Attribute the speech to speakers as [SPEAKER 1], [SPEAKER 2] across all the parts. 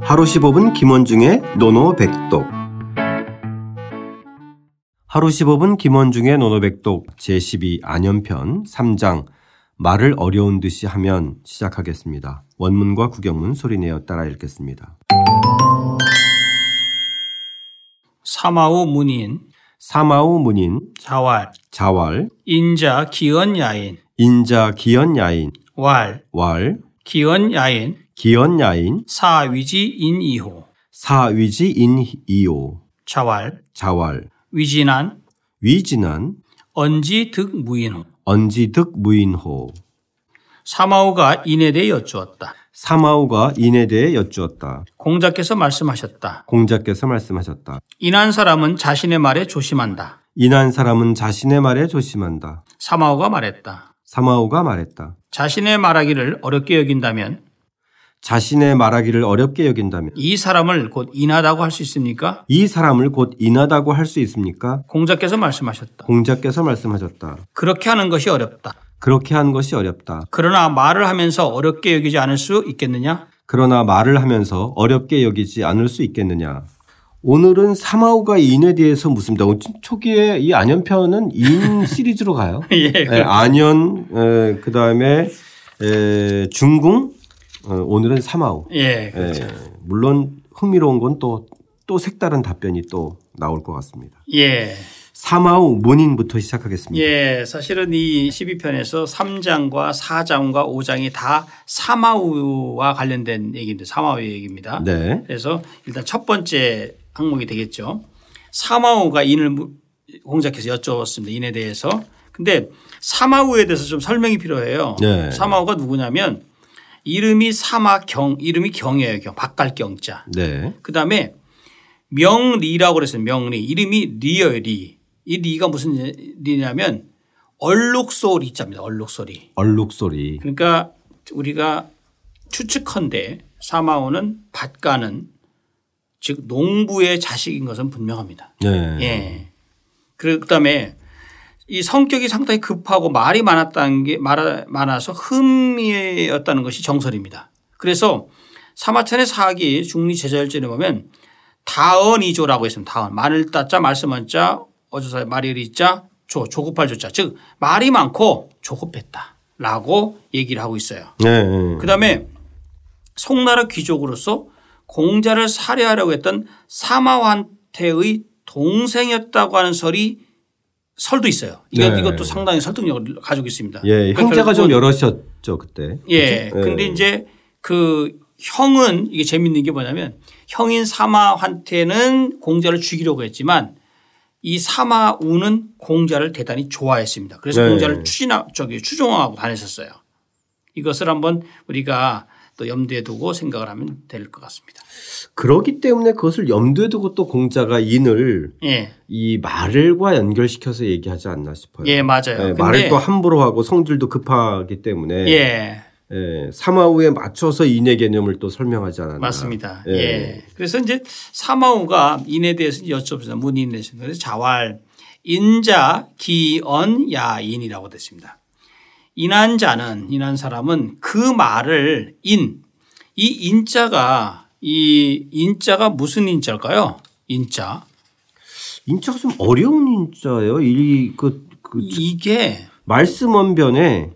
[SPEAKER 1] 하루 15분 김원중의 노노백독 하루 15분 김원중의 노노백독 제12 안연편 3장 말을 어려운 듯이 하면 시작하겠습니다. 원문과 구경문 소리내어 따라 읽겠습니다.
[SPEAKER 2] 사마오 문인,
[SPEAKER 1] 사마우 문인
[SPEAKER 2] 자왈,
[SPEAKER 1] 자왈
[SPEAKER 2] 인자 기언 야인,
[SPEAKER 1] 인자 기연 야인
[SPEAKER 2] 왈,
[SPEAKER 1] 왈
[SPEAKER 2] 기언 야인,
[SPEAKER 1] 기연 야인
[SPEAKER 2] 사위지 인이호,
[SPEAKER 1] 사위지 인이오
[SPEAKER 2] 자왈,
[SPEAKER 1] 자왈
[SPEAKER 2] 위진한,
[SPEAKER 1] 위진한
[SPEAKER 2] 언지 득 무인호.
[SPEAKER 1] 언지득 무인호
[SPEAKER 2] 사마오가 인에 대해 여쭈었다.
[SPEAKER 1] 사마우가 인에 대해 여쭈었다.
[SPEAKER 2] 공자께서 말씀하셨다.
[SPEAKER 1] 공자께서 말씀하셨다.
[SPEAKER 2] 인한 사람은 자신의 말에 조심한다.
[SPEAKER 1] 인한 사람은 자신의 말에 조심한다.
[SPEAKER 2] 사마오가 말했다.
[SPEAKER 1] 사마우가 말했다.
[SPEAKER 2] 자신의 말하기를 어렵게 여긴다면
[SPEAKER 1] 자신의 말하기를 어렵게 여긴다면
[SPEAKER 2] 이 사람을 곧 인하다고 할 수 있습니까?
[SPEAKER 1] 이 사람을 곧 인하다고 할 수 있습니까?
[SPEAKER 2] 공자께서 말씀하셨다.
[SPEAKER 1] 공자께서 말씀하셨다.
[SPEAKER 2] 그렇게 하는 것이 어렵다.
[SPEAKER 1] 그렇게 한 것이 어렵다.
[SPEAKER 2] 그러나 말을 하면서 어렵게 여기지 않을 수 있겠느냐?
[SPEAKER 1] 그러나 말을 하면서 어렵게 여기지 않을 수 있겠느냐. 오늘은 사마우가 인에 대해서 묻습니다. 어, 초- 초기에 이 안연편은 인 시리즈로 가요.
[SPEAKER 2] 예,
[SPEAKER 1] 예, 안연, 에, 그다음에 에, 중궁, 어, 오늘은 사마우.
[SPEAKER 2] 예,
[SPEAKER 1] 예, 물론 흥미로운 건 또 또 색다른 답변이 또 나올 것 같습니다.
[SPEAKER 2] 예,
[SPEAKER 1] 사마우 문인부터 시작하겠습니다.
[SPEAKER 2] 예. 사실은 이 12편에서 3장과 4장과 5장이 다 사마우와 관련된 얘기인데 사마우의 얘기입니다.
[SPEAKER 1] 네.
[SPEAKER 2] 그래서 일단 첫 번째 항목이 되겠죠. 사마우가 인을 무- 공작해서 여쭤봤습니다. 인에 대해서. 근데 사마우에 대해서 좀 설명이 필요해요.
[SPEAKER 1] 네.
[SPEAKER 2] 사마우가 누구냐면 이름이 사마경, 이름이 경이에요. 경, 박갈경자.
[SPEAKER 1] 네.
[SPEAKER 2] 그 다음에 명리라고 그랬어요. 명리. 이름이 리예요, 리. 이 리가 무슨 리냐면 얼룩소리 자입니다. 얼룩소리.
[SPEAKER 1] 얼룩 소리.
[SPEAKER 2] 그러니까 우리가 추측컨대 사마오는 밭가는 즉 농부의 자식인 것은 분명합니다.
[SPEAKER 1] 네.
[SPEAKER 2] 예. 그 다음에 이 성격이 상당히 급하고 말이 많았다는 게 말- 많아서 흠이었다는 것이 정설입니다. 그래서 사마천의 사기 중리 제자일전에 보면 다언이조라고 했습니다. 다언 마늘 따자 말씀한자 어조사 말일이자 조 조급할 조자 즉 말이 많고 조급했다라고 얘기를 하고 있어요.
[SPEAKER 1] 네, 네.
[SPEAKER 2] 그다음에 송나라 귀족으로서 공자를 살해하려고 했던 사마환태의 동생이었다고 하는 설이 설도 있어요. 이거
[SPEAKER 1] 네.
[SPEAKER 2] 이것도 상당히 설득력을 가지고 있습니다.
[SPEAKER 1] 예.
[SPEAKER 2] 그러니까
[SPEAKER 1] 형제가 좀
[SPEAKER 2] 결국은
[SPEAKER 1] 여럿이었죠 그때.
[SPEAKER 2] 예.
[SPEAKER 1] 그렇죠?
[SPEAKER 2] 근데 이제 그 형은 이게 재밌는 게 뭐냐면 형인 사마환태는 공자를 죽이려고 했지만 이 사마우는 공자를 대단히 좋아했습니다. 그래서
[SPEAKER 1] 네.
[SPEAKER 2] 공자를 추진하 저기 추종하고 다녔었어요. 이것을 한번 우리가 또 염두에 두고 생각을 하면 될 것 같습니다.
[SPEAKER 1] 그렇기 때문에 그것을 염두에 두고 또 공자가 인을
[SPEAKER 2] 예.
[SPEAKER 1] 이 말을과 연결시켜서 얘기하지 않나 싶어요.
[SPEAKER 2] 예, 맞아요.
[SPEAKER 1] 예,
[SPEAKER 2] 근데
[SPEAKER 1] 말을 또 함부로 하고 성질도 급하기 때문에
[SPEAKER 2] 예.
[SPEAKER 1] 예, 사마우에 맞춰서 인의 개념을 또 설명하지 않았나.
[SPEAKER 2] 맞습니다.
[SPEAKER 1] 예.
[SPEAKER 2] 예. 그래서 이제 사마우가 인에 대해서 여쭤보자 문인에 대해서 그래서 자활 인자 기언 야인이라고 됐습니다. 인한 자는 인한 사람은 그 말을 인 이 인자가 이 인자가 무슨 인자일까요? 인자
[SPEAKER 1] 인자가 좀 어려운 인자예요. 이그 그
[SPEAKER 2] 이게
[SPEAKER 1] 말씀원변에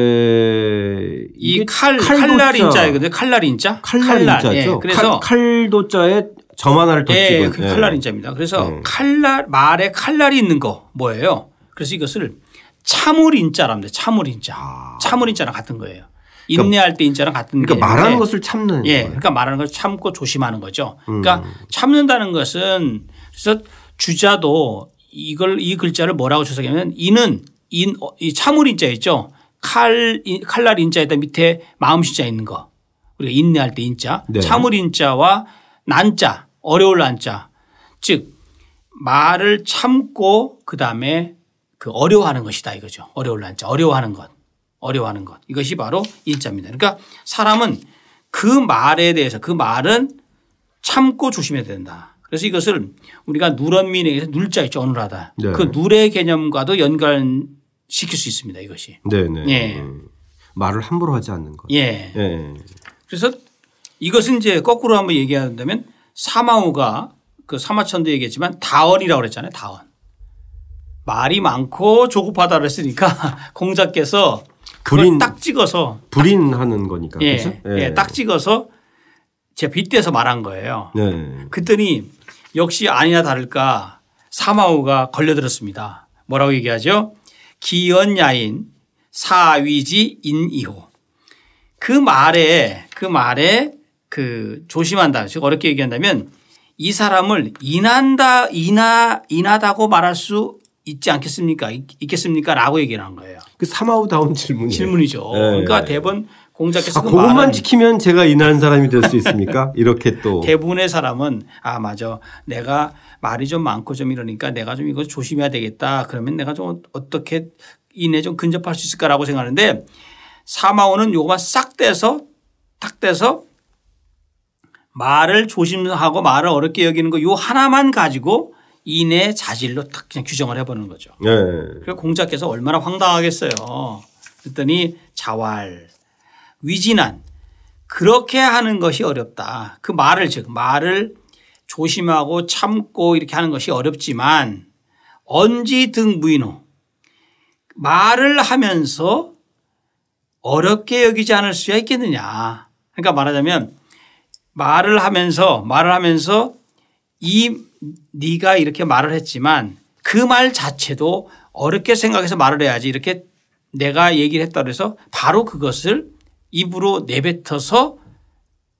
[SPEAKER 1] 에, 이게
[SPEAKER 2] 이 칼
[SPEAKER 1] 칼도자.
[SPEAKER 2] 칼날 인자이거든요. 칼날 인자
[SPEAKER 1] 칼날 인자죠.
[SPEAKER 2] 예. 그래서
[SPEAKER 1] 칼, 도자에 점 하나를 더
[SPEAKER 2] 예,
[SPEAKER 1] 찍은.
[SPEAKER 2] 그 칼날 인자입니다. 그래서
[SPEAKER 1] 음.
[SPEAKER 2] 칼날 말에 칼날이 있는 거 뭐예요? 그래서 이것을 참을 인자랍니다. 참을 인자. 참을 인자랑 같은 거예요. 인내할 때 인자랑 같은
[SPEAKER 1] 아. 그러니까
[SPEAKER 2] 게
[SPEAKER 1] 말하는
[SPEAKER 2] 있는데
[SPEAKER 1] 것을 참는.
[SPEAKER 2] 예,
[SPEAKER 1] 거예요. 음.
[SPEAKER 2] 그러니까 말하는 걸 참고 조심하는 거죠. 그러니까 참는다는 것은 그래서 주자도 이걸 이 글자를 뭐라고 주석하면 이는 인, 어, 이 참을 인자 있죠. 칼 이- 칼날 인자에다 밑에 마음 신자 있는 거. 우리가 인내할 때 인자,
[SPEAKER 1] 네.
[SPEAKER 2] 참을 인자와 난자, 어려울 난자. 즉 말을 참고 그다음에 그 어려워하는 것이다 이거죠. 어려울 난자, 어려워하는 것. 어려워하는 것. 이것이 바로 인자입니다. 그러니까 사람은 그 말에 대해서 그 말은 참고 조심해야 된다. 그래서 이것을 우리가 누런민에게서 눌자 있죠. 어눌하다.
[SPEAKER 1] 네.
[SPEAKER 2] 그 눌의 개념과도 연관시킬 수 있습니다. 이것이.
[SPEAKER 1] 네네.
[SPEAKER 2] 예.
[SPEAKER 1] 음. 말을 함부로 하지 않는 것.
[SPEAKER 2] 예.
[SPEAKER 1] 예.
[SPEAKER 2] 그래서 이것은 이제 거꾸로 한번 얘기한다면 사마우가 그 사마천도 얘기했지만 다언이라고 그랬잖아요. 다언. 말이 많고 조급하다고 했으니까 공자께서 그걸
[SPEAKER 1] 불인
[SPEAKER 2] 딱 찍어서
[SPEAKER 1] 불인하는 거니까
[SPEAKER 2] 예,
[SPEAKER 1] 그렇죠?
[SPEAKER 2] 예, 딱 찍어서 제 빗대서 말한 거예요.
[SPEAKER 1] 네.
[SPEAKER 2] 그랬더니 역시 아니나 다를까 사마우가 걸려들었습니다. 뭐라고 얘기하죠? 기연야인 사위지 인이호. 그 말에 그 말에 그 조심한다. 즉 어렵게 얘기한다면 이 사람을 인한다 인하 인하다고 말할 수 있지 않겠습니까? 있- 있겠습니까?라고 얘기를 한 거예요.
[SPEAKER 1] 그 사마우다운 질문이에요.
[SPEAKER 2] 질문이죠.
[SPEAKER 1] 예,
[SPEAKER 2] 그러니까
[SPEAKER 1] 예.
[SPEAKER 2] 대본 공작께서
[SPEAKER 1] 아,
[SPEAKER 2] 그
[SPEAKER 1] 그것만
[SPEAKER 2] 말은
[SPEAKER 1] 지키면 제가 인한 사람이 될 수 있습니까? 이렇게 또
[SPEAKER 2] 대부분의 사람은 아 맞아 내가 말이 좀 많고 좀 이러니까 내가 좀 이거 조심해야 되겠다 그러면 내가 좀 어떻게 인에 좀 근접할 수 있을까라고 생각하는데 사마오는 요거만 싹 떼서 탁 떼서 말을 조심하고 말을 어렵게 여기는 거 요 하나만 가지고 인의 자질로 탁 그냥 규정을 해보는 거죠.
[SPEAKER 1] 예.
[SPEAKER 2] 그래서 공자께서 얼마나 황당하겠어요. 그랬더니 자활, 위진한 그렇게 하는 것이 어렵다. 그 말을 즉 말을 조심하고 참고 이렇게 하는 것이 어렵지만 언지 등 무인호 말을 하면서 어렵게 여기지 않을 수야 있겠느냐. 그러니까 말하자면 말을 하면서 말을 하면서 이 네가 이렇게 말을 했지만 그 말 자체도 어렵게 생각해서 말을 해야지 이렇게 내가 얘기를 했다 그래서 바로 그것을 입으로 내뱉어서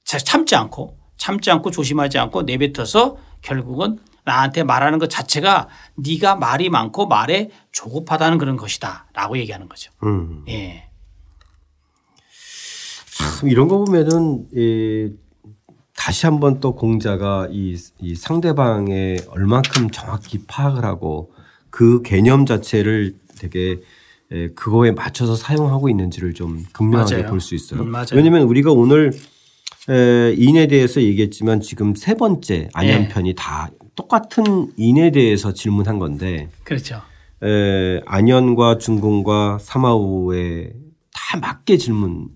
[SPEAKER 2] 자- 참지 않고 참지 않고 조심하지 않고 내뱉어서 결국은 나한테 말하는 것 자체가 네가 말이 많고 말에 조급하다는 그런 것이다라고 얘기하는 거죠.
[SPEAKER 1] 음.
[SPEAKER 2] 예.
[SPEAKER 1] 참 이런 거 보면은 이 다시 한번 또 공자가 이, 이 상대방의 얼만큼 정확히 파악을 하고 그 개념 자체를 되게 에, 그거에 맞춰서 사용하고 있는지를 좀 극명하게
[SPEAKER 2] 맞아요.
[SPEAKER 1] 볼 수 있어요.
[SPEAKER 2] 음, 맞아요.
[SPEAKER 1] 왜냐하면 우리가 오늘 에, 인에 대해서 얘기했지만 지금 세 번째 안연편이
[SPEAKER 2] 네.
[SPEAKER 1] 다 똑같은 인에 대해서 질문한 건데
[SPEAKER 2] 그렇죠.
[SPEAKER 1] 에, 안현과 중궁과 사마우에 다 맞게 질문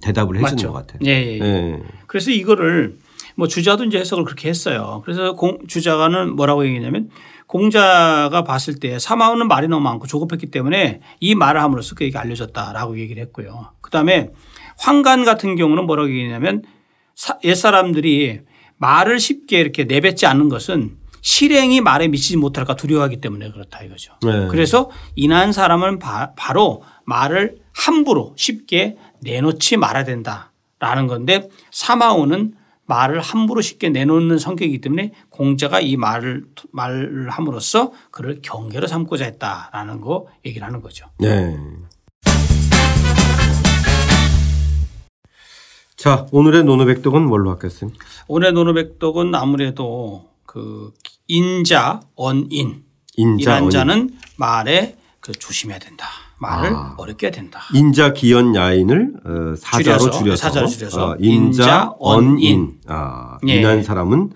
[SPEAKER 1] 대답을 해준
[SPEAKER 2] 맞죠.
[SPEAKER 1] 것 같아요.
[SPEAKER 2] 예, 예, 예.
[SPEAKER 1] 예.
[SPEAKER 2] 그래서 이거를 뭐 주자도 이제 해석을 그렇게 했어요. 그래서 공, 주자가는 뭐라고 얘기했냐면 공자가 봤을 때 사마우는 말이 너무 많고 조급했기 때문에 이 말을 함으로써 그에게 알려졌다라고 얘기를 했고요. 그다음에 황간 같은 경우는 뭐라고 얘기했냐면 사- 옛사람들이 말을 쉽게 이렇게 내뱉지 않는 것은 실행이 말에 미치지 못할까 두려워하기 때문에 그렇다 이거죠.
[SPEAKER 1] 네.
[SPEAKER 2] 그래서 인한 사람은 바, 로 말을 함부로 쉽게 내놓지 말아야 된다라는 건데 사마오는 말을 함부로 쉽게 내놓는 성격이기 때문에 공자가 이 말을 말을 함으로써 그를 경계로 삼고자 했다라는 거 얘기를 하는 거죠.
[SPEAKER 1] 네. 자, 오늘의 노노백독은 뭘로 바뀌었어요?
[SPEAKER 2] 오늘 논어백독은 아무래도 그 인자 언인
[SPEAKER 1] 인자,
[SPEAKER 2] 이란
[SPEAKER 1] 언인.
[SPEAKER 2] 자는 말에 그 조심해야 된다. 말을
[SPEAKER 1] 아.
[SPEAKER 2] 어렵게 해야 된다.
[SPEAKER 1] 인자 기연 야인을 어, 사자로
[SPEAKER 2] 줄여서,
[SPEAKER 1] 줄여서,
[SPEAKER 2] 사자로 줄여서
[SPEAKER 1] 어, 인자,
[SPEAKER 2] 인자,
[SPEAKER 1] 언인
[SPEAKER 2] 언인.
[SPEAKER 1] 아,
[SPEAKER 2] 예.
[SPEAKER 1] 인한 사람은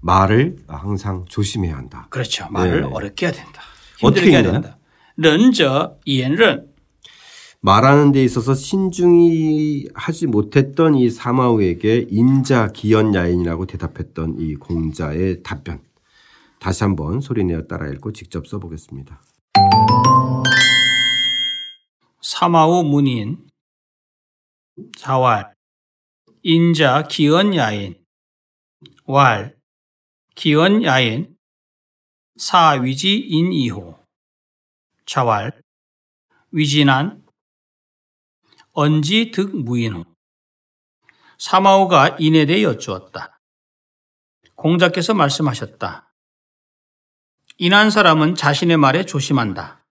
[SPEAKER 1] 말을 항상 조심해야 한다.
[SPEAKER 2] 그렇죠. 말을
[SPEAKER 1] 네.
[SPEAKER 2] 어렵게 해야 된다.
[SPEAKER 1] 어떻게
[SPEAKER 2] 힘들게 해야
[SPEAKER 1] 읽나요?
[SPEAKER 2] 된다. 런저 이엔런
[SPEAKER 1] 말하는 데 있어서 신중히 하지 못했던 이 사마우에게 인자 기연 야인이라고 대답했던 이 공자의 답변. 다시 한번 소리내어 따라 읽고 직접 써보겠습니다.
[SPEAKER 2] 사마우 문인 자왈 인자 기언 야인 왈 기언 야인 사위지 인이호 자왈 위진한 언지 득 무인호 사마우가 인에 대해 여쭈었다. 공자께서 말씀하셨다. 인한 사람은 자신의 말에 조심한다.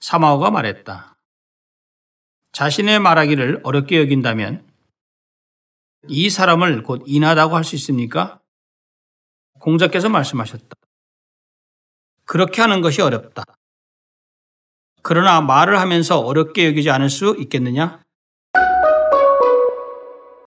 [SPEAKER 2] 사마오가 말했다. 자신의 말하기를 어렵게 여긴다면 이 사람을 곧 인하다고 할 수 있습니까? 공자께서 말씀하셨다. 그렇게 하는 것이 어렵다. 그러나 말을 하면서 어렵게 여기지 않을 수 있겠느냐?